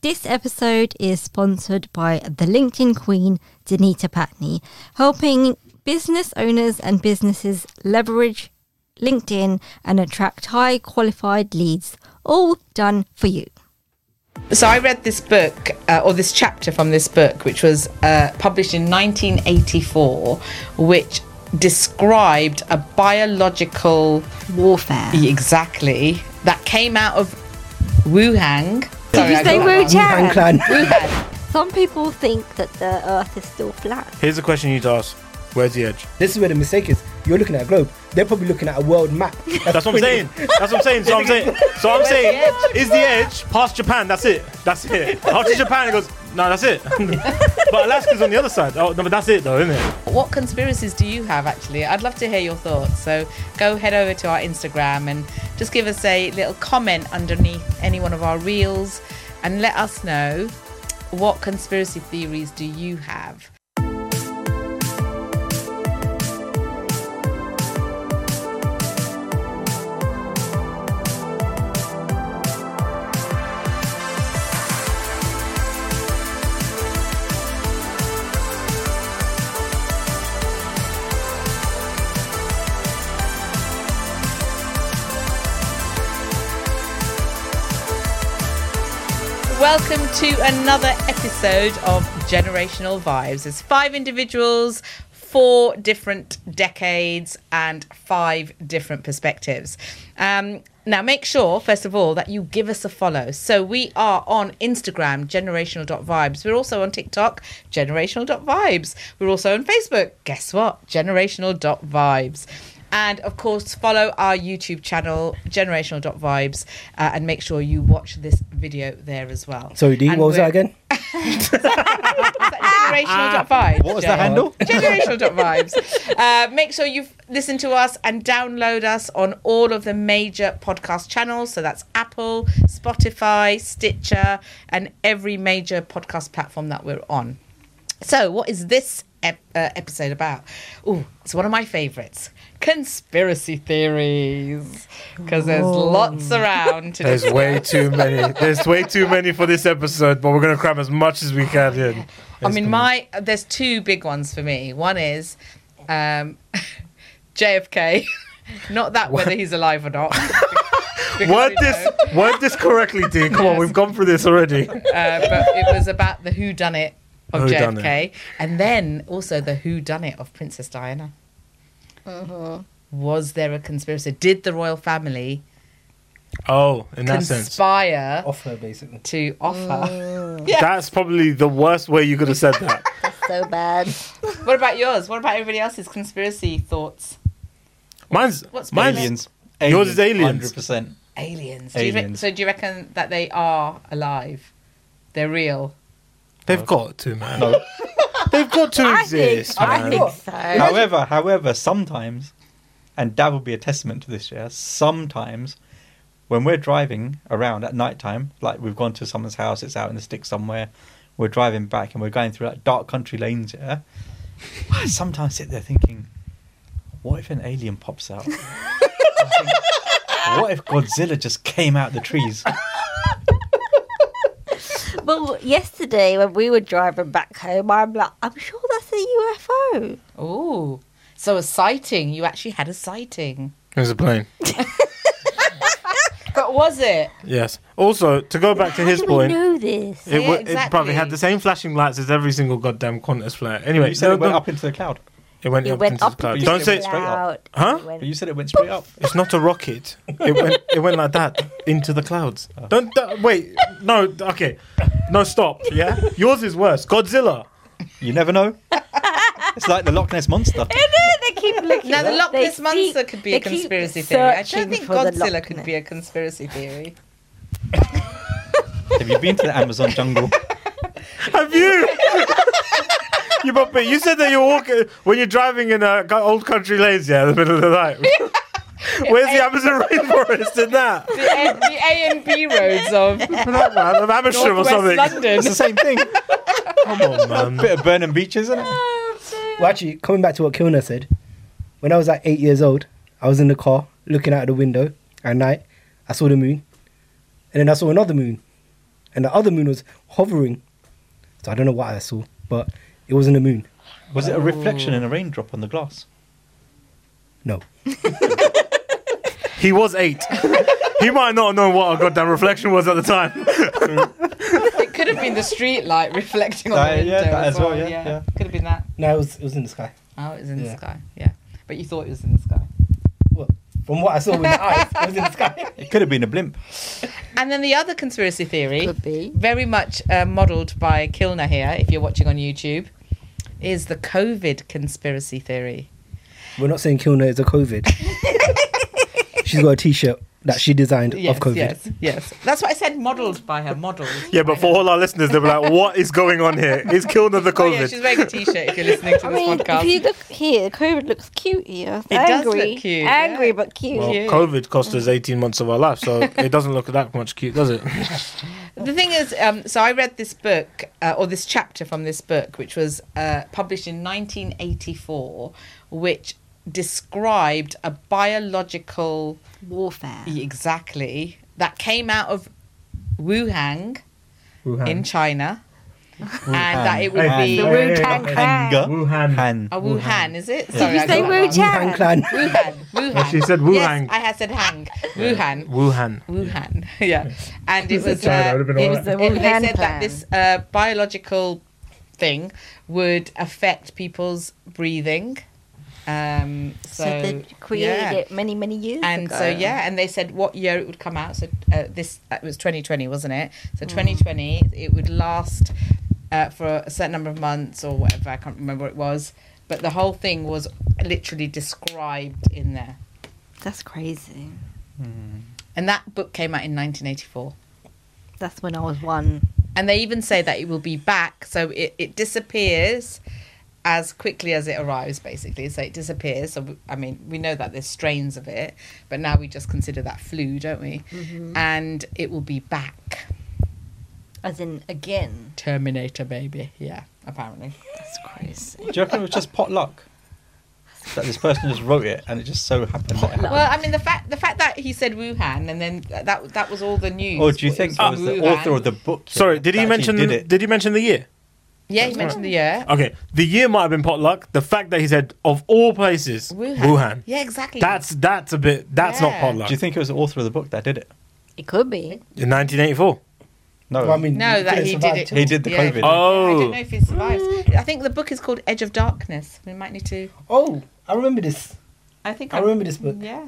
This episode is sponsored by the LinkedIn Queen, Danita Patney, helping business owners and businesses leverage LinkedIn and attract high qualified leads, all done for you. So I read this book, uh, or this chapter from this book, which was uh, published in 1984, which described a biological Warfare. exactly that came out of Wuhan. Sorry, I Did you got say that Wuhan? wrong. Wuhan. Some people think that the Earth is still flat. Here's a question you need to ask. Where's the edge? This is where the mistake is. You're looking at a globe. They're probably looking at a world map. That's what I'm saying. That's what I'm saying. So I'm saying. So I'm saying. Is the edge past Japan? That's it. That's it. After Japan, it goes. No, that's it. but Alaska's on the other side. Oh no, but that's it though, isn't it? What conspiracies do you have actually? I'd love to hear your thoughts. So go head over to our Instagram and just give us a little comment underneath any one of our reels and let us know what conspiracy theories do you have. Welcome to another episode of Generational Vibes. There's five individuals, four different decades, and five different perspectives. Um, now, make sure, first of all, that you give us a follow. So, we are on Instagram, generational.vibes. We're also on TikTok, generational.vibes. We're also on Facebook, guess what? Generational.vibes. And of course, follow our YouTube channel, generational.vibes, uh, and make sure you watch this video there as well. Sorry, D, And what was we're- that again? Was that generational.vibes. What was the handle? Generational.vibes. uh, make sure you've listened to us and download us on all of the major podcast channels. So that's Apple, Spotify, Stitcher, and every major podcast platform that we're on. So, what is this ep- uh, episode about? Oh, it's one of my favourites conspiracy theories. Because there's lots around to There's way too many. There's way too many for this episode, but we're gonna cram as much as we can in. I mean, my there's two big ones for me. One is um, JFK, not that whether he's alive or not. Because Word we this. know. Word this correctly, Dean. Come on, we've gone through this already. Uh, but it was about the who done it of Whodunit. JFK, and then also the who done it of Princess Diana. Was there a conspiracy? Did the royal family Oh, in that sense, conspire Off her, basically. to offer? that's probably the worst way you could have said that. So bad. What about yours? What about everybody else's conspiracy thouts? Mine's What's mine's Aliens. Yours is aliens. Hundred percent. Aliens. Do you re- Aliens. so do you reckon that they are alive? They're real. They've got to, man. No. They've got to I think, exist, I man. think so. However, however, sometimes, and that would be a testament to this. Yeah, sometimes when we're driving around at night time, like we've gone to someone's house, it's out in the sticks somewhere. We're driving back and we're going through like dark country lanes. Yeah, I sometimes sit there thinking, what if an alien pops out? I think, what if Godzilla just came out the trees? Well, yesterday when we were driving back home, I'm like, I'm sure that's a UFO. Oh, so a sighting. You actually had a sighting. It was a plane. But was it? Yes. Also, to go back to How his do point, we know this? it, wa- Yeah, it probably had exactly. the same flashing lights as every single goddamn Qantas flare. Anyway, you said no, it went no, up into the cloud, it went It up went into up the cloud. into Don't the say cloud. Huh? It went- but you said it went straight up. it's not a rocket. It went. It went like that into the clouds. Oh. Don't don't- wait. No. Okay. No. Stop. Yeah. Yours is worse. Godzilla. You never know. it's like the Loch Ness monster. they keep looking. Now the Loch They Ness monster keep- could be a they keep conspiracy theory. I don't searching think for the Godzilla Loch could Ness. be a conspiracy theory. Have you been to the Amazon jungle? Have you? you puppet. You said that you're walking when you're driving in uh, go- old country lanes. Yeah, in the middle of the night. Where's the Amazon rainforest in that? The A, the A and B roads of For that man, of amateur or Northwest something. London. It's the same thing. Come on, man. Um, Bit of Burnham Beach, isn't it? Well, actually, coming back to what Kilner said, when I was like eight years old, I was in the car looking out the window at night. I saw the moon, and then I saw another moon, and and the other moon was hovering. So I don't know what I saw, but it wasn't a moon. Was it a reflection in a raindrop on the glass? No. He was eight. he might not have known what a goddamn reflection was at the time. It could have been the street light reflecting on Uh, the window yeah, that as, well. Yeah, yeah. could have been that. No, it was it was in the sky. Oh, it was in the Yeah. sky. Yeah, but you thought it was in the sky. Well, from what I saw with my eyes, it was in the sky. It could have been a blimp. And then the other conspiracy theory, Could be. very much uh, modelled by Kilner here, if you're watching on YouTube, is the COVID conspiracy theory. We're not saying Kilner is a COVID. She's got a T-shirt that she designed Yes, of COVID. yes, yes. That's what I said. Modelled by her. Oh, Modelled. Yeah, but for all our listeners, they'll be like, what is going on here? Is Kilner the Oh, yeah, COVID? she's wearing a t-shirt. If you're listening to I this mean, podcast, if you look here, COVID looks cute here. It does angry, look cute, angry yeah. but cute. well, Yeah. COVID cost us 18 months of our life, so it doesn't look that much cute, does it? The thing is, um, so I read this book uh, or this chapter from this book, which was uh, published in 1984, which described a biological Warfare. exactly that came out of Wuhan in China, and that it would Wuhan. be The a Yeah, Wu- Wu Tang Not Clan. Hanga. Wuhan. Han. Wuhan, is it? Did Sorry, you I say got Wu that wrong. Tang? Wuhan clan. Wuhan, Wuhan. Yeah, she said Yes, Wuhan. I had said Hang. Wuhan. Wuhan. Wuhan, yeah, and it said was. China, Uh, would've been it all right. was it, The they Wuhan said that plan. this uh, biological thing would affect people's breathing. Um, So, so, they created yeah. it many, many years And ago. so yeah, and they said what year it would come out. So uh, this uh, it was 2020, wasn't it? So 2020, it would last uh, for a certain number of months or whatever. I can't remember what it was, but the whole thing was literally described in there. That's crazy. And that book came out in 1984. That's when I was one. And they even say that it will be back, so it, it disappears as quickly as it arrives, basically. So it disappears. So, w- I mean, we know that there's strains of it, but now we just consider that flu, don't we? And it will be back. As in, again. Terminator, baby. Yeah, apparently. That's crazy. Do you reckon it was just potluck? That this person just wrote it and it just so happened that it happened. Well, I mean, the fact the fact that he said Wuhan and then th- that that was all the news. Or Oh, do you think it was the Wuhan. author of the book? Sorry, did he that mention? actually Did Did, it? he mention the year? Yeah, he mentioned the year. Okay, the year might have been potluck. The fact that he said of all places, Wuhan. Wuhan. Yeah, exactly. That's that's a bit. That's Yeah. not potluck. Do you think it was the author of the book that did it? It could be. in 1984? No. Well, I mean, No, you that couldn't he survive did it. till- He did the Yeah. I COVID. Oh, don't know if he survives. I think the book is called Edge of Darkness. We might need to. Oh, I remember this. I think I remember this book. Yeah.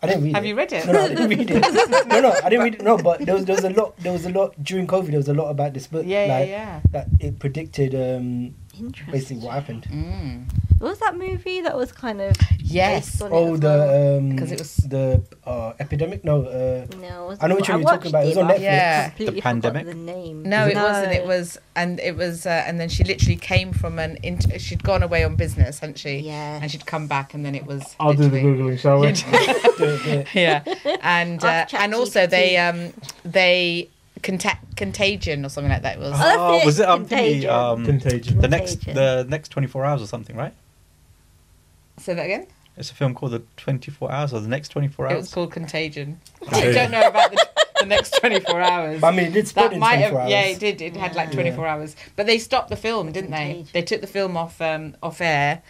I didn't read Have it. you read it? No, no, I didn't read it. No, no, I didn't read it. No, but there was there was a lot. There was a lot during COVID. There was a lot about this book. Yeah, yeah, like, yeah. That it predicted um, Interesting. basically what happened. Mm. What was that movie that was kind of. Yes. based on it Oh, as well? the um, 'Cause it was- the uh, epidemic. No, uh, No, it wasn't- I know which one you're talking watched about. It was on but I Netflix. Yeah. completely The forgot pandemic? The name. No, it wasn't. It was, and it was, uh, and then she literally came from an. Int- she'd gone away on business, hadn't she? Yeah. And she'd come back, and then it was. I'll do the literally- googling, shall we? the- the- yeah, and uh, Ask and also ChatGPT. they um they conta- contagion or something like that it was. Oh, that's it, was it um, the, Contagion. um, Contagion. the next Contagion. the next 24 hours or something, right? Say that again. It's a film called The 24 Hours or The Next 24 It was Hours. called Contagion. I Contagion. don't know about the, the next twenty four hours. but I mean, it did spread That in might have, 24 hours. yeah, it did. It had like Yeah. 24 hours, but they stopped the film, didn't they? Indeed. They took the film off um, off air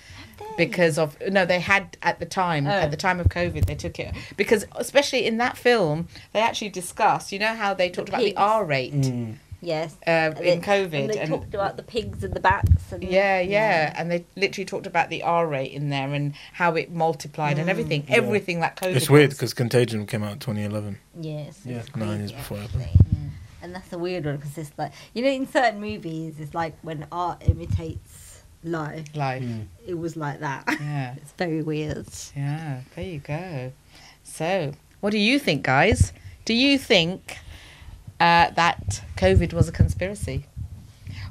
because of no, they had at the time Oh. at the time of COVID, they took it because especially in that film, they actually discussed. You know how they talked about the pigs. R rate Mm. Yes. uh, And in they- COVID, And they and- talked about the pigs and the bats. And, yeah, yeah, and they literally talked about the R rate in there and how it multiplied and everything, everything that COVID. Mm. It's weird was. because Contagion came out in 2011, Yes. Yeah. it's nine years crazy, before. it actually. happened. And that's a weird one because it's like, you know, in certain movies, it's like when art imitates life. life. Mm. It was like that. Yeah, It's very weird. yeah. There you go. So, what do you think, guys? Do you think uh, that COVID was a conspiracy?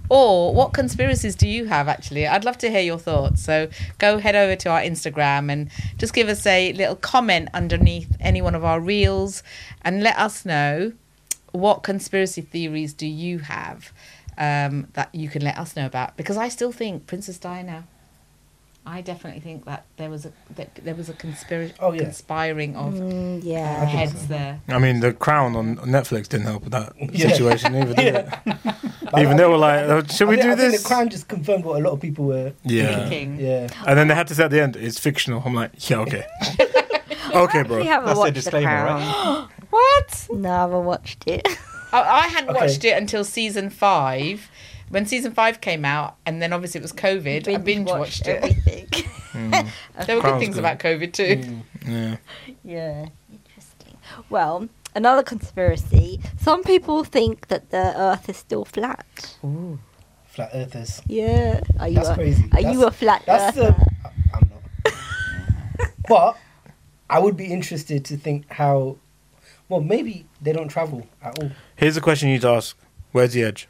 Or what conspiracies do you have actually? I'd love to hear your thoughts. So go head over to our Instagram and just give us a little comment underneath any one of our reels and let us know what conspiracy theories do you have um, that you can let us know about? Because I still think Princess Diana. I definitely think that there was a that there was a conspiracy Oh, yeah. conspiring of Mm, yeah. heads there. I mean, The Crown on Netflix didn't help with that Yeah. situation either, did it? But Even I they think- were like, oh, I "Should we think- do I think this?" The Crown just confirmed what a lot of people were. yeah, Thinking. Yeah. and then they had to say at the end, "It's fictional." I'm like, "Yeah, okay, okay, We bro." haven't That's their watched The disclaimer, Crown. right? What? No, I haven't watched it. I, I hadn't Okay. watched it until season five. When season five came out, and then obviously it was COVID, I binge watched it. everything. There were good Crown's things good. about COVID too. Yeah. Yeah, interesting. Well, another conspiracy. Some people think that the Earth is still flat. Flat earthers. Yeah, are you? That's a, crazy. Are That's- you a flat That's the. earther? I'm not. but I would be interested to think how. Well, maybe they don't travel at all. Here's a question you need to ask: Where's the edge?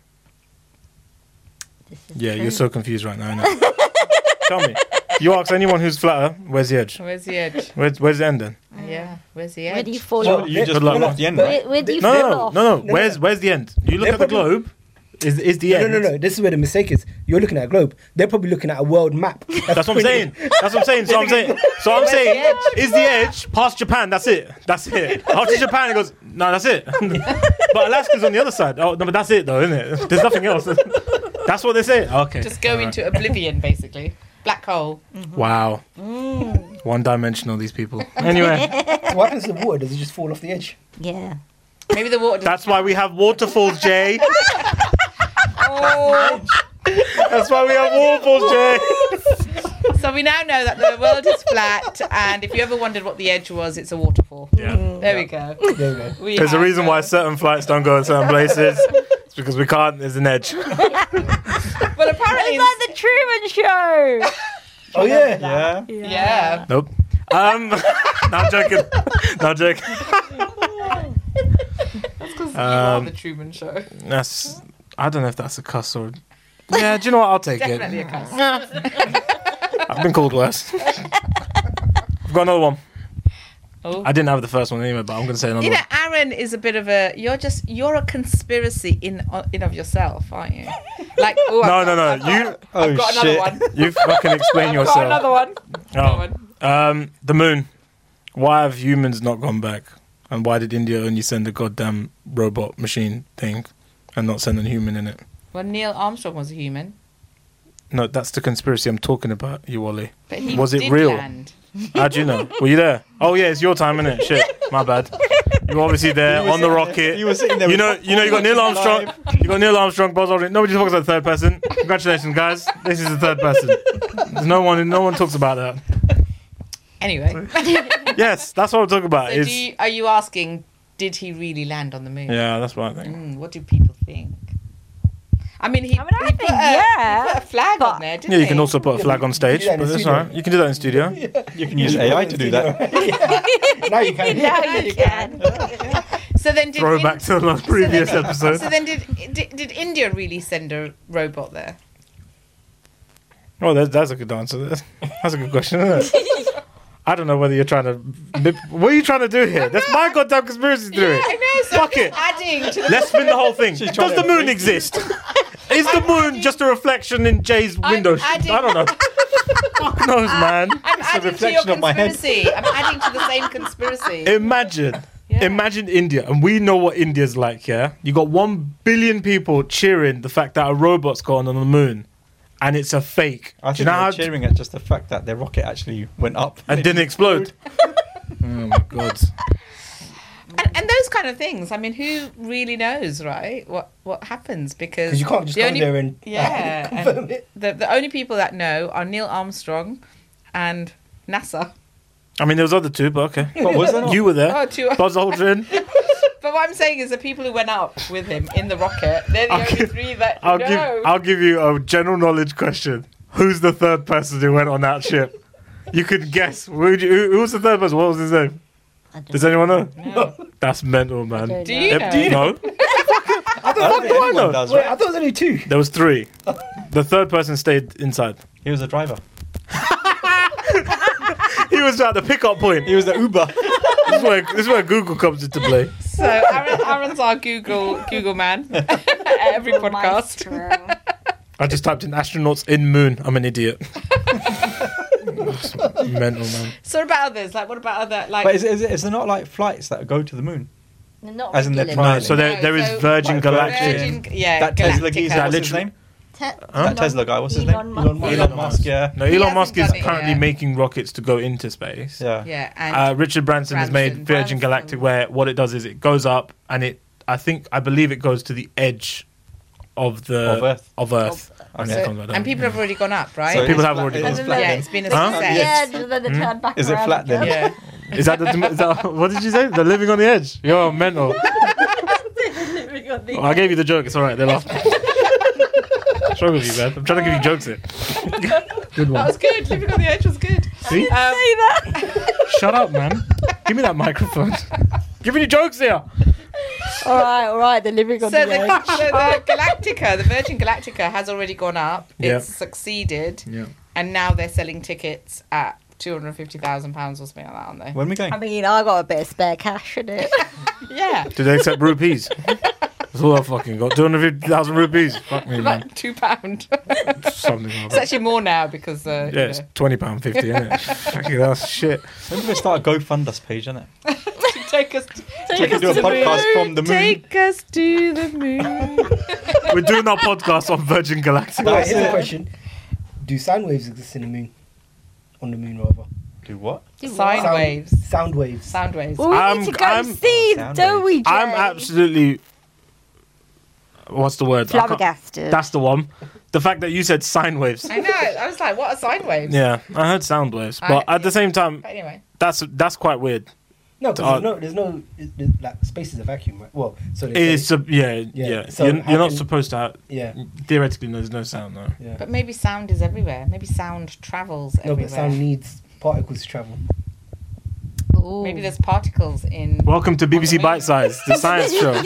This is Yeah, true. you're so confused right now. I know. Tell me. You ask anyone who's flatter, where's the edge? Where's the edge? Where's, where's the end then? Yeah, where's the edge? Where do you fall Surely off? you just Good luck. fall off the end, right? Where, where do you No, fall no, no, off? no, No, no. Where's no. where's the end? You look They're at the probably- globe. Is is the No, end? no, no. This is where the mistake is. You're looking at a globe. They're probably looking at a world map. That's what I'm saying. That's what I'm saying. So I'm saying. So I'm Where's the saying. edge? Is the edge past Japan? That's it. That's it. After Japan, it goes. No, that's it. but Alaska's on the other side. Oh no, but that's it though, isn't it? There's nothing else. That's what they say. Okay. Just go Alright. into oblivion, basically. Black hole. Wow. One dimensional. These people. Anyway, what happens to the water? Does it just fall off the edge? Yeah. Maybe the water. that's why we have waterfalls, Jay. Oh. That's why we have waterfalls, Jay. So we now know that the world is flat, and if you ever wondered what the edge was, it's a waterfall. Yeah. There we go. There we go. We There's a have, reason why uh, certain flights don't go in certain places. It's because we can't. There's an edge. Um, Well, It's apparently, like the Truman Show. Oh yeah. Yeah. yeah. Nope. Um, no, I'm joking. No, I'm joking. Because Um, you are the Truman Show. That's. I don't know if that's a cuss or. Yeah, do you know what? I'll take Definitely it. a cuss. I've been called worse. I've got another one. Oh. I didn't have the first one anyway, but I'm going to say another You know, one. Aaron is a bit of a. You're just. You're a conspiracy in in of yourself, aren't you? Like, oh, No, I've no, got, no. You Oh I've got shit. another one. you fucking explain I've got another yourself. one. Oh. Another one. Um, the moon. Why have humans not gone back? And why did India only send a goddamn robot machine thing and not send a human in it? Well, Neil Armstrong was a human, No, that's the conspiracy I'm talking about, you Wally. but he Was it did real? land. How do you know? Were you there? Oh yeah, it's your time, isn't it? Shit, my bad. You were obviously there You were on the sitting there- rocket. you were sitting there You with know, you know, you got popcorn Neil watching it Armstrong. You got Neil Armstrong, Buzz Aldrin. Nobody talks about the third person. Congratulations, guys. This is the third person. There's no one. No one talks about that. Anyway, so Yes, that's what I'm talking about. do Is you, are you asking? Did he really land on the moon? yeah, that's what I think. Mm, what do people think? I mean, he, I mean, I he put think, a, yeah, he put a flag but- on there, didn't Yeah, you he? can also put a flag on stage, You can but do that in that's studio. all right. You can do that in studio. You can use AI to do that. Yeah. now you can. now you can. So then, did Throwback Ind- to the previous so then, episode. So then, did, did did India really send a robot there? Oh, that's, that's a good answer. That's, that's a good question, isn't it? I don't know whether you're trying to. bip- What are you trying to do here? That's my goddamn conspiracy theory. I know. So Fuck it. Adding to the Let's spin the whole thing. She's Does trying the to moon break- exist? Is the moon just a reflection in Jay's I'm window? I adding- don't know. Fuck knows, man. I'm adding to your reflection of my head. conspiracy. I'm adding to the same conspiracy. Imagine. Yeah. Imagine India, and we know what India's like, yeah? You got one billion people cheering the fact that a robot's gone on the moon, and it's a fake. I Do you think know they were how cheering at just the fact that their rocket actually went up. and didn't explode? oh my god. and, and those kind of things. I mean, who really knows, right? What what happens because 'Cause you can't just the go there and, like, yeah confirm and it. The the only people that know are Neil Armstrong and NASA. I mean, there was other two, but okay. But was there not? You were there. Oh, two. Buzz Aldrin. But what I'm saying is the people who went up with him in the rocket, they're the I'll only give- three that I'll know. give I'll give you a general knowledge question. Who's the third person who went on that ship? You could guess. Who, would you- who, who was the third person? What was his name? I don't Does anyone know? No. That's mental, man. don't Do you know? Yep, No, I don't think why anyone not? does, Wait, I right? thought it was only two. there was three. The third person stayed inside. He was a driver. He was at the pickup point. He was the Uber. This is where, this is where Google comes into play. So Aaron, Aaron's our Google Google man. Every know. podcast. Maestro. I just typed in astronauts in moon. I'm an idiot. Mental man. So what about others? Like, what about other like? But is, is, is there not like flights that go to the moon? Not As in the regularly. prime- No, Uh, so there, there is No, so- Virgin Like Galactic. Virgin- Virgin- yeah, that Tesla Galactica. geezer, what's his Literally- name? Te- That Tesla guy, what's his Elon name? Musk. Elon Musk. Elon Musk, yeah. No, He Elon hasn't Musk is done it apparently yet. making rockets to go into space. Yeah. Yeah, and Uh, Richard Branson, has made Branson. Virgin Branson. Galactic, where what it does is it goes up and it, I think, I believe it goes to the edge of the Of Earth. of Earth, and, Okay. it so- comes down. and people have already gone up, So right? people it's have flat- already it I is don't flat know. yeah, then. it's been a They success. go to the edge and then they turn back Hmm? Is it around flat then? again. yeah. Is that, the, is that what did you say? They're living on the edge. You're mental. Oh, I gave you the joke. It's all right. They laughed. What's wrong with you, man? I'm trying to give you jokes. Here. Good That one. was good. Living on the edge was good. See? Um, Shut up, man. Give me that microphone. Giving you jokes here. all right, all right. They're living on so, the the, edge. so the Galactica, the Virgin Galactica, has already gone up. Yeah. It's succeeded, Yeah. and now they're selling tickets at two hundred fifty thousand pounds or something like that, aren't they? When are we going? I mean, I got a bit of spare cash in it. Yeah, Do they accept rupees? That's all I fucking got. 250,000 rupees. Fuck me, man. like two pound. it's Something like that. actually more now because uh, you Yeah, it's know, £20.50, isn't it? fucking that's shit. When do we start a GoFund Us page, isn't it? to take us We can do a podcast from the moon. take us to the moon. We're doing our podcast on Virgin Galactic. Wait, here's it. a question: Do sound waves exist in the moon? On the moon, rather. Do what? Sine Sound- waves, Sound waves. sound waves. well, we I'm- need to go I'm- see, Sound don't we, Jay? I'm absolutely. What's the word? I can't- flabbergasted. That's the one. The fact that you said sine waves. I know. I was like, what are sine waves? Yeah, I heard sound waves, but I- at the same time, But anyway, that's that's quite weird. No, Uh, because there's no, there's no it- it- like space is a vacuum, right? Well, so they It's say. a, yeah, yeah. Yeah, so you're how you're not can- supposed to have. yeah, Theoretically, there's no sound though. yeah. but maybe sound is everywhere. Maybe sound travels no, everywhere. but sound needs particles to travel. Maybe there's particles in. Welcome to BBC moon. Bite Size, the science show.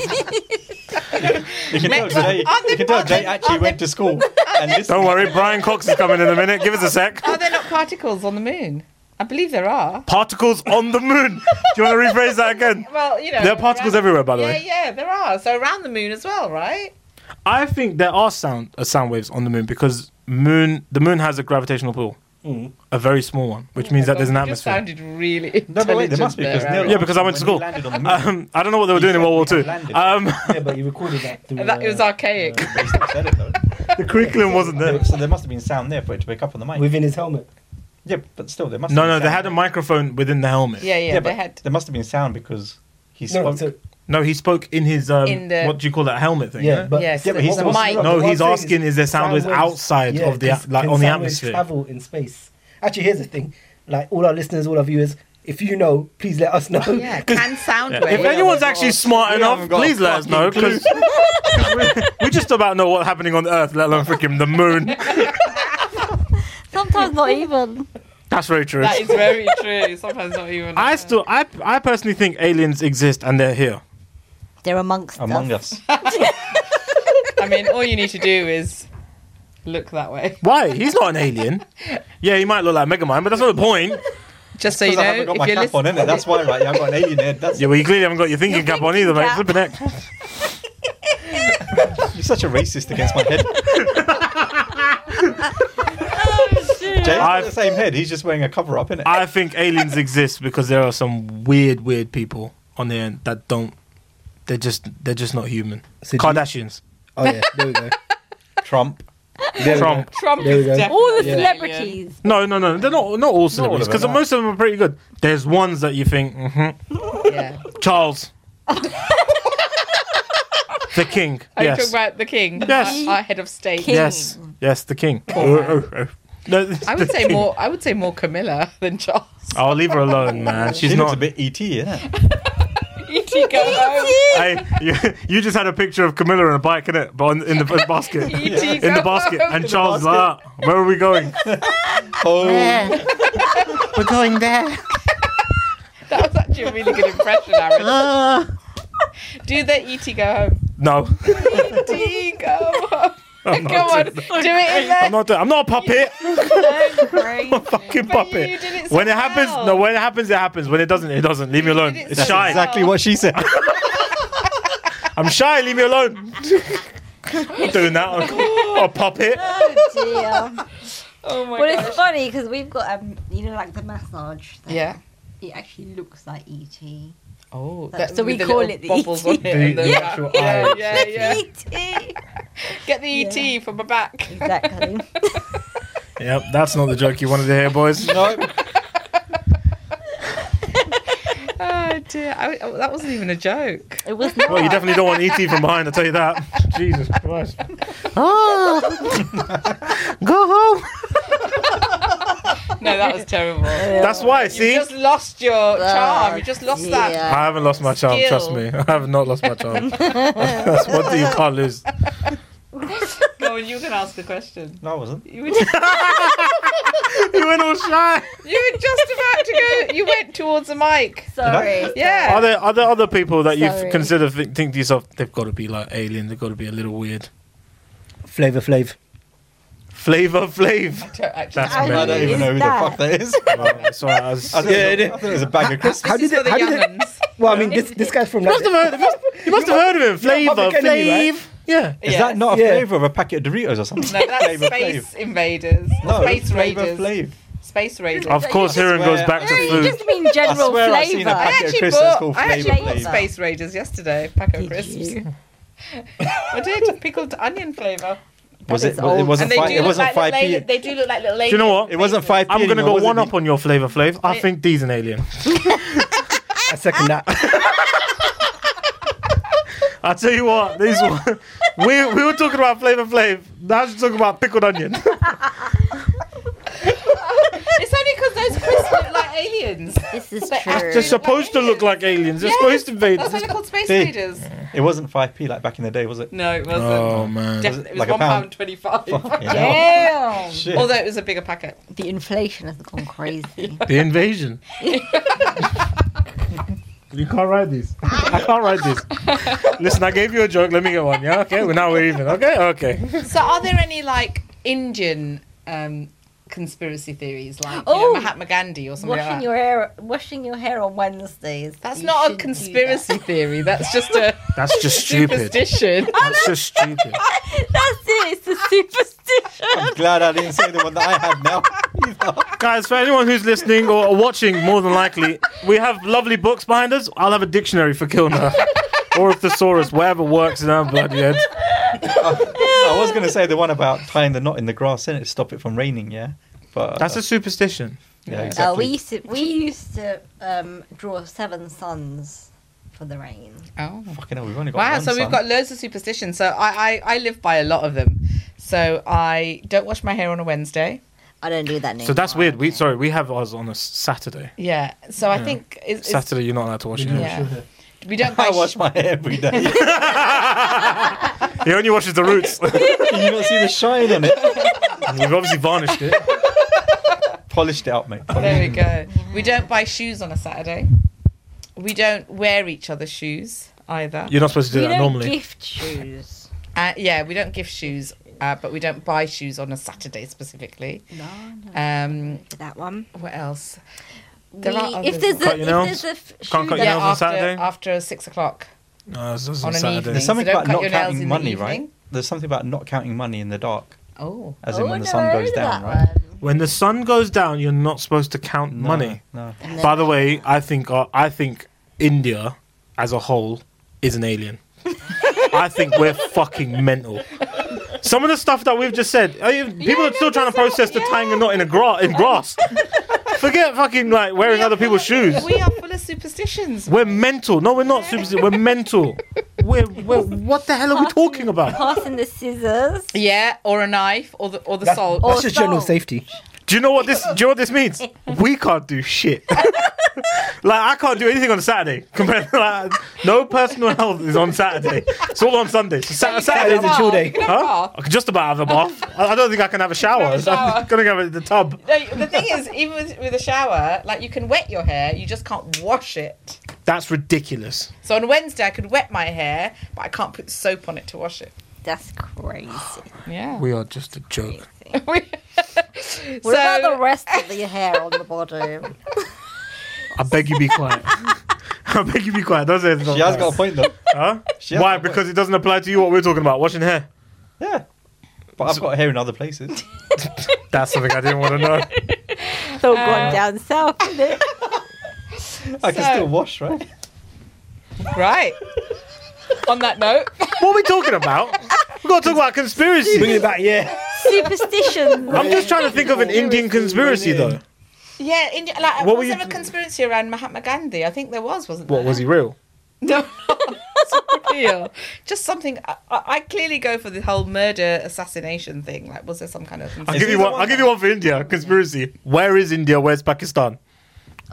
You can tell Mental- Jay, Aren't you they- can tell aren't they- Jay actually aren't went to school. And this, Don't worry, Brian Cox is coming in a minute. Give us a sec. Are there Oh, not particles on the moon? I believe there are. Particles on the moon. Do you want to rephrase that again? Well, you know. There are particles around- everywhere, by the yeah, way. Yeah, there are. So around the moon as well, right? I think there are sound uh, sound waves on the moon because moon the moon has a gravitational pull, Mm. a very small one, which means that there's an You just atmosphere. sounded really. no, but wait, there intelligent must be because there, Neil Aaron. Yeah, because I went to when school. he landed on the moon, Um, I don't know what they were doing in said World War we Two. had landed. Um, Yeah, but you recorded that. Through, That it was uh, archaic. but he still said it though. the curriculum wasn't there. So there must have been sound there for it to pick up on the mic. within his helmet. Yeah, but still, there must. No, have no, been they had sound. a microphone within the helmet. Yeah, yeah, but they had. There must have been sound because he spoke. No, so, No, he spoke in his um, In the- what do you call that helmet thing? yeah, but, Yes, Yeah, but he's what- mic. what- no, what he's I'm saying asking is there sound waves outside yeah, of the can- like can on the sound waves atmosphere? Travel in space. Actually, here's the thing: like all our listeners, all our viewers, if you know, please let us know. Yeah, 'Cause can sound Yeah. waves. If anyone's actually smart we enough, haven't got a please let us know fucking because we, we just about know what's happening on Earth, let alone freaking the moon. Sometimes not even. That's very true. That is very true. Sometimes not even. I still, I, I personally think aliens exist and they're here. They're amongst among us. us. I mean, all you need to do is look that way. Why? He's not an alien. Yeah, he might look like Megamind, but that's not the point. Just so you Because I know, haven't got if my you're cap on, listening, innit? That's why, right? Yeah, I've got an alien head. That's, Yeah, well, you clearly haven't got your thinking cap on either, mate. cap. Flipping heck. You're such a racist against my head. Jay's got the I've- same head. He's just wearing a cover up, innit? I think aliens exist because there are some weird, weird people on the end that don't. They're just they're just not human. So do you- Kardashians, Oh yeah, there we go. Trump. There we Trump. Trump There we is go. definitely All the an alien. celebrities. No, no, no. They're not not all celebrities of because them, no. most of them are pretty good. There's ones that you think, hmm Yeah. Charles, the king. Are you yes, talking about the king? Yes. Our, our head of state. King. yes, yes, the king. Oh, No, I would the say king. more. I would say more Camilla than Charles. I'll leave her alone, man. She's she not looks a bit ET, innit? E.T. E go home. Hey, you, you just had a picture of Camilla on a bike, innit? But on, in the in the basket. E.T. In the basket. go home. And Charles is like, "Ah, where are we going? Oh, We're going there. That was actually a really good impression, Aaron. Uh. Do the E.T. go home. No. E.T. go home. I'm Go on. not, Do it in there. I'm not, doing- I'm not a puppet. I'm a fucking But you puppet. did it so when it happens, well. no, when it happens, it happens. When it doesn't, it doesn't. Leave me alone. did it It's so shy. well. exactly what she said. I'm shy. Leave me alone. I'm not doing that. I'm a puppet. Oh dear. Oh my well, god. it's funny because we've got um, you know, like the massage. Thing. Yeah. It actually looks like E ET. Oh, That's- so we with the call little it the bobbles ET. on it and The- the- the actual yeah, eye. yeah, yeah. E ET. Get the ET from my back. Exactly. Yep, that's not the joke you wanted to hear, boys. No, Oh dear, I, oh, that wasn't even a joke. It was not. Well, you definitely don't want ET from behind. I tell you that. Jesus Christ. Ah. Go home. No, that was terrible. That's why. You See, just lost your charm. You just lost that. yeah. I haven't lost my charm. Trust Skill. me, I have not lost my charm. that's one thing you can't lose. Go on, you can ask the question. no, I wasn't. You were, just, You went all shy. you were just about to go. You went towards the mic. Sorry. Are Yeah. there are there other people that Sorry. you've considered think, think to yourself they've got to be like alien? They've got to be a little weird. Flavor Flav. Flavor Flav. Don't actually- That's I I don't mean, even is know who that- the fuck that is. Oh, sorry, I was- I thought it was, I thought it was a bag of crisps. How This is did it- for the how did it- young uns. Well, I mean, this this guy's from like, You must have heard, you must, you must have heard of him. you're Flavor Public Enemy, right? Flav. Yeah. Is Yeah. that not a Yeah. flavour of a packet of Doritos or something? No, that's Flavor Space Flav. Invaders. No, space Flavor Raiders. Flav. Space Raiders. Of course, hearing goes swear- back to No, you food. just mean I general swear I've seen a flavour. I packet actually of crisps bought, called I Flavor actually bought Flav. Space Raiders yesterday. Paco Did crisps. you? I did pickled onion flavour. Was That is it? It old. wasn't. Five, it wasn't like five little p. lady- They do look like little Do ladies. you know what? It wasn't five p. I'm gonna anymore, go was it? one up on your Flavor Flav. I think D's an alien. I second that. I tell you what, this one. We, we were talking about Flavor Flav. Now she's talking about pickled onion. It's only because those crisps look like aliens. This is But true. They're supposed to look like aliens. They're supposed to be. Oh That's why they're called Space Hey. Raiders. It wasn't five p like back in the day, was it? No, it wasn't. Oh, man. Definitely, it was Oh, Like a one pound pound. twenty-five. Fucking hell. Damn. Shit. Although it was a bigger packet. The inflation has gone crazy. The invasion. you can't write these. I can't write these. Listen, I gave you a joke. Let me get one. Yeah, okay. Well, now we're even. Okay, okay. So, are there any like Indian um, conspiracy theories, like you Oh. know, Mahatma Gandhi or something like washing that? your hair, washing your hair on Wednesdays. That's You not a shouldn't do conspiracy theory. That's just a That's just stupid. superstition. That's just stupid. that. That's it. It's a superstition. I'm glad I didn't say the one that I had now. Guys, for anyone who's listening or watching, more than likely, we have lovely books behind us. I'll have a dictionary for Kilner. Or a thesaurus, whatever works in our bloody heads. I, I was going to say the one about tying the knot in the grass in it to stop it from raining. Yeah, but That's a superstition. yeah, Uh, we exactly. used to we used to um, draw seven suns for the rain. Oh. Fucking hell, we've only got Wow, one so we've son. got loads of superstitions. So I, I, I live by a lot of them. So I don't wash my hair on a Wednesday. I don't do that anymore. So that's weird. We okay. sorry, we have ours on a s- Saturday. Yeah. So I think it's, it's Saturday, you're not allowed to wash your hair. yeah. We don't buy I wash my hair every day. Can He only washes the roots. you not see the shine on it? We've obviously varnished it. Polished it up, mate. Polished There we go. We don't buy shoes on a Saturday. We don't wear each other's shoes either. You're not supposed to do we that don't normally. gift shoes. Uh, yeah, we don't give shoes, uh, but we don't buy shoes on a Saturday specifically. No, no. Um, that one. what else? We, There are if others. there's Cut a, your if nails? there's a f- shoe Can't that- cut your yeah, nails on after, Saturday? after six o'clock no, it's, it's on on an Saturday. evening. There's something So don't about cut not your nails in counting the money, evening. right? There's something about not counting money in the dark, Oh. as in Oh, when the no, sun I goes heard down, that right? one. When the sun goes down, you're not supposed to count No, money. No. And By then- the way, I think uh, I think India as a whole is an alien. I think we're fucking mental. Some of the stuff that we've just said, I mean, people are still trying to process the tying a knot in a gra- in grass. Forget fucking like wearing other people's shoes. We are full of superstitions. We're mental. No, we're not superstitious. We're mental. We're, we're what the hell are we talking about? passing the scissors. Yeah, or a knife, or the or the That's, salt. Or that's just general salt. safety. Do you know what this? Do you know what this means? We can't do shit. like I can't do anything on Saturday. Compared to, like, no personal health is on Saturday. It's all on Sunday. So Sat- Saturday's Saturday. a chill day. You can have a Huh? bath. I can just about have a bath. I I don't think I can have a shower. have a shower. I'm gonna go in the tub. No, the thing is, even with, with a shower, like you can wet your hair, you just can't wash it. That's ridiculous. So on Wednesday, I could wet my hair, but I can't put soap on it to wash it. That's crazy. Yeah. We are just a joke. What about So- the rest of the hair on the body? I beg you be quiet. I beg you be quiet. Don't say it's not She has nice. got a point though. Huh? She has Why? got a point. Because it doesn't apply to you. What we're talking about, washing hair. Yeah. But I've got hair in other places. That's something I didn't want to know. all Uh, gone down south, isn't it? I can So- still wash, right? Right. On that note, What are we talking about? We've got to talk about Bring conspiracy. it back, yeah. Superstition. I'm just trying to think of an Indian conspiracy, though. yeah, in, like, What were was you- there a conspiracy around Mahatma Gandhi? I think there was, wasn't there? What, was he real? No, it's real. Just something. I, I I clearly go for the whole murder assassination thing. Like, was there some kind of? I'll give you one. I'll give you one for India conspiracy. Where is India? Where's Pakistan?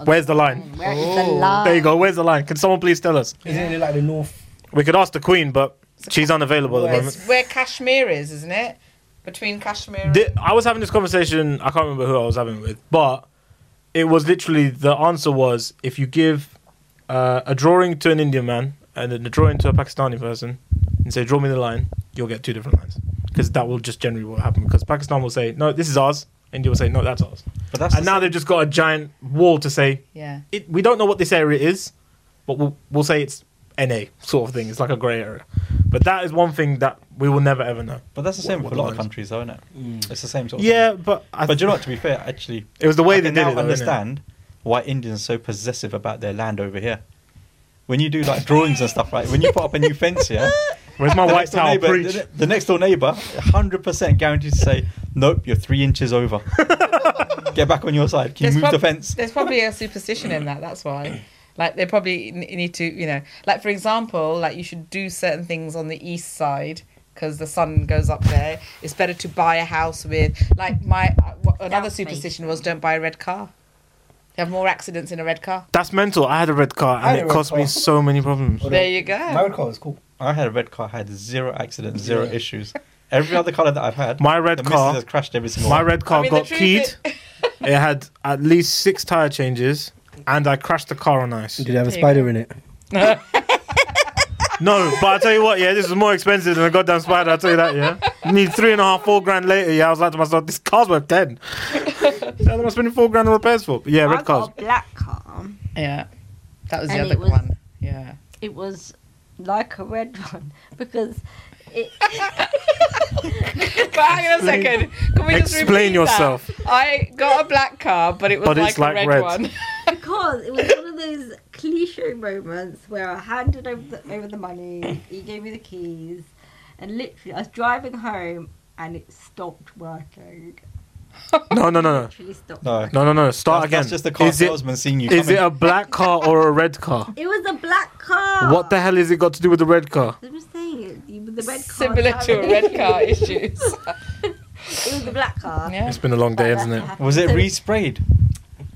Where's the line? Where is the line? Oh. There you go. Where's the line? Can someone please tell us? Isn't it like the north? We could ask the Queen, but she's unavailable at the It's moment. where Kashmir is, isn't it? Between Kashmir. and- Di- I was having this conversation. I can't remember who I was having it with, but it was literally the answer was if you give uh, a drawing to an Indian man and then a drawing to a Pakistani person and say draw me the line, you'll get two different lines because that will just generally what happen because Pakistan will say no, this is ours. India will say no, that's ours. But that's and now they've just got a giant wall to say yeah. it, we don't know what this area is, but we'll, we'll say it's NA sort of thing. It's like a grey area. But that is one thing that we will never ever know. But that's the same What- with what a lot of lines? countries, though, isn't it? It's the same sort of Mm. Yeah, but I, thing. But you know what? To be fair, actually, It was the way I they can did now it. Though, innit? understand why Indians are so possessive about their land over here. When you do like drawings and stuff, right? When you put up a new fence here, Where's my the white next door towel? neighbor- Preach. the, the next door neighbor, hundred percent guaranteed to say, "Nope, you're three inches over. Get back on your side. Can you move prob- the fence?" There's probably a superstition in that. That's why. Like they probably n- need to, you know, like for example, like you should do certain things on the east side because the sun goes up there. It's better to buy a house with, like my uh, wh- another South facing. superstition was don't buy a red car. You have more accidents in a red car. That's mental. I had a red car I and had a it red cost me car. so many problems. There you go. My red car was cool. I had a red car. I had zero accidents, zero Yeah. issues. Every other color that I've had, My red the car- missus has crashed every single My one. red car I mean, the got truth keyed. it had at least six tire changes, and I crashed the car on ice. Did it have a There you spider in it? No, but I tell you what, yeah, this is more expensive than a goddamn spider. I tell you that, yeah. Need three and a half, four grand later. Yeah, I was like to myself, this car's worth ten. That's what I'm spending four grand on repairs for. But yeah, I red cars. got a black car. Yeah, that was the And other it was- one. Yeah. It was like a red one because it. But hang on a Explain- second. Can we just explain repeat that? yourself. I got a black car, but it was But like it's a like red, red. one. because it was one of those cliche moments where I handed over the, over the money, he gave me the keys, and literally I was driving home and it stopped working. No, no, no, no, Literally stopped. No, no, no, no. Start That's- again. That's just the car is it, salesman seeing you. is it coming. a black car or a red car? It was a black car. What the hell is it got to do with the red car? I'm just saying, it- it was the red car. Similar to a red car issues. It was a black car. Yeah. It's been a long day, hasn't it? Was it resprayed?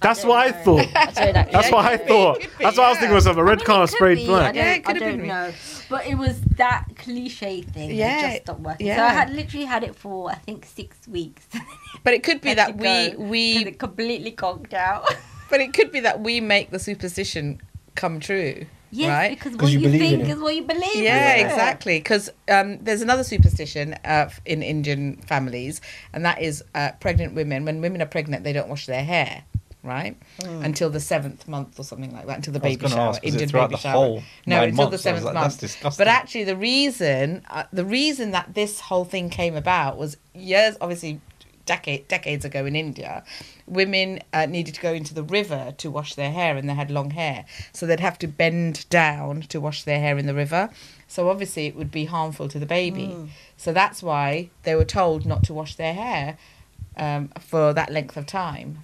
That's what I know. thought. That's That's what I could be, thought. could be, That's what I was thinking yeah. was a red car sprayed I black. don't, Yeah, it I could have don't been me. know. But it was that cliche thing. Yeah, It just stopped working. So yeah. I had literally had it for, I think, six weeks. But it could be Let that it we go, 'cause we it completely conked out. but it could be that we make the superstition come true. yes, Right? because 'Cause what you you, believe in think it. is what you believe. in. Yeah, exactly. Because um, there's another superstition uh, f- in Indian families, and that is uh, pregnant women. When women are pregnant, they don't wash their hair, right? Mm. Until the seventh month or something like that, until the I was baby gonna shower. ask, is it throughout the whole no, nine until the months? I was seventh like, that's month. disgusting. But actually, the reason uh, the reason that this whole thing came about was years, obviously, decade decades ago in India, women uh, needed to go into the river to wash their hair, and they had long hair, so they'd have to bend down to wash their hair in the river. So obviously, it would be harmful to the baby. So that's why they were told not to wash their hair um, for that length of time,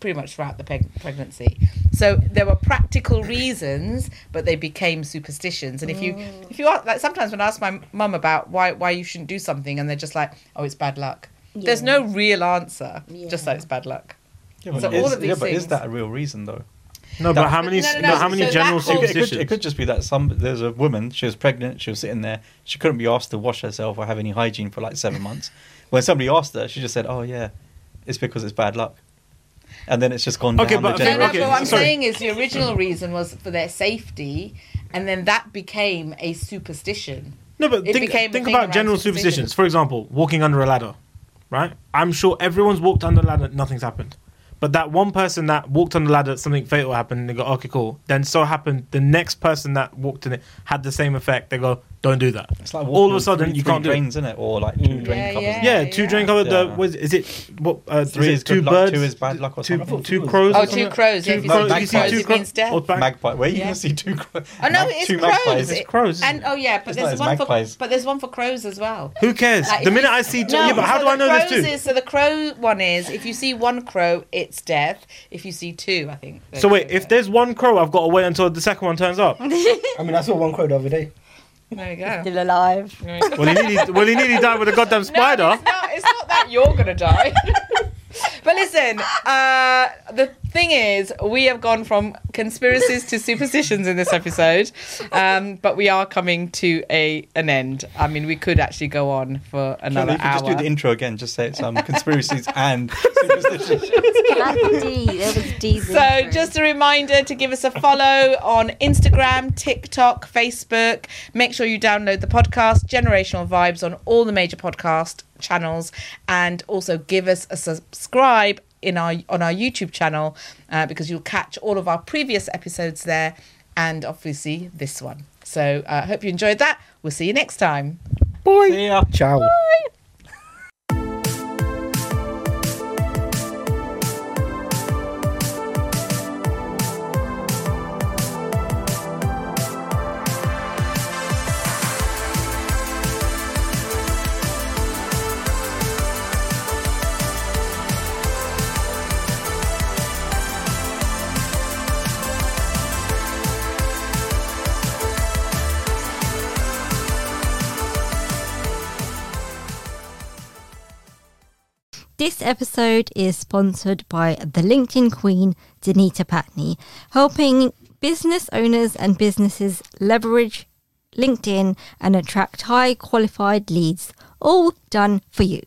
pretty much throughout the preg- pregnancy. So there were practical reasons, but they became superstitions. And if you if you ask, like sometimes when I ask my mum about why why you shouldn't do something, and they're just like, oh, it's bad luck. There's Yeah. no real answer, just that it's bad luck. Yeah, but, So all is, of these yeah, but is things- that a real reason though? No, but how many? No, no, No, no, how many so general that whole- It could, it superstitions? could just be that some there's a woman she was pregnant she was sitting there she couldn't be asked to wash herself or have any hygiene for like seven months when somebody asked her she just said oh yeah it's because it's bad luck and then it's just gone Okay, down but- the okay, No, no, generation. okay, but what I'm sorry. saying is the original reason was for their safety, and then that became a superstition. No, but It think, became a think thing about around general superstitions. superstitions. For example, walking under a ladder, right? I'm sure everyone's walked under a ladder, nothing's happened. But that one person that walked under the ladder, something fatal happened, and they go, okay, cool. Then so happened, the next person that walked in it had the same effect. They go, Don't do that. It's like All of walking a sudden, through you three can't do it. drains in it, or like two Mm. drain Yeah, covers. yeah. Yeah, two drain covered. Yeah. Uh, was is it what? Uh, it three, is two good luck, birds. two is bad luck or two- something? I thought Two two was- crows. Oh, or two something? crows, yeah, if you see two crows, two it means death. Or bag- Magpie. Where are you Yeah. gonna see two crows? Oh no, it's two crows. magpies. It's It- crows, isn't And it? oh yeah, but It's there's not, it's one magpies. for but there's one for crows as well. Who cares? Like, the if minute you- I see, two, No, yeah, but how so do I the know there's crows two? Is, so the crow one is if you see one crow, it's death. If you see two, I think. So wait, if there's one crow, I've got to wait until the second one turns up. I mean, I saw one crow the other day. there you go. Still alive. There you go. Well, he nearly, well, he nearly died with a goddamn No, spider. it's, not, it's not that you're gonna die. but listen, uh, the thing is, we have gone from conspiracies to superstitions in this episode, um, but we are coming to a an end. I mean, we could actually go on for Surely another if you hour. just do the intro again, just say it's um, conspiracies and superstitions. That's D. There was D. So, just a reminder to give us a follow on Instagram, TikTok, Facebook. Make sure you download the podcast, Generational Vibes, on all the major podcast channels, and also give us a subscribe in our on our YouTube channel uh, because you'll catch all of our previous episodes there, and obviously this one. So, I uh, hope you enjoyed that. We'll see you next time. See ya. Ciao. This episode is sponsored by the LinkedIn Queen, Danita Patney, helping business owners and businesses leverage LinkedIn and attract high qualified leads, all done for you.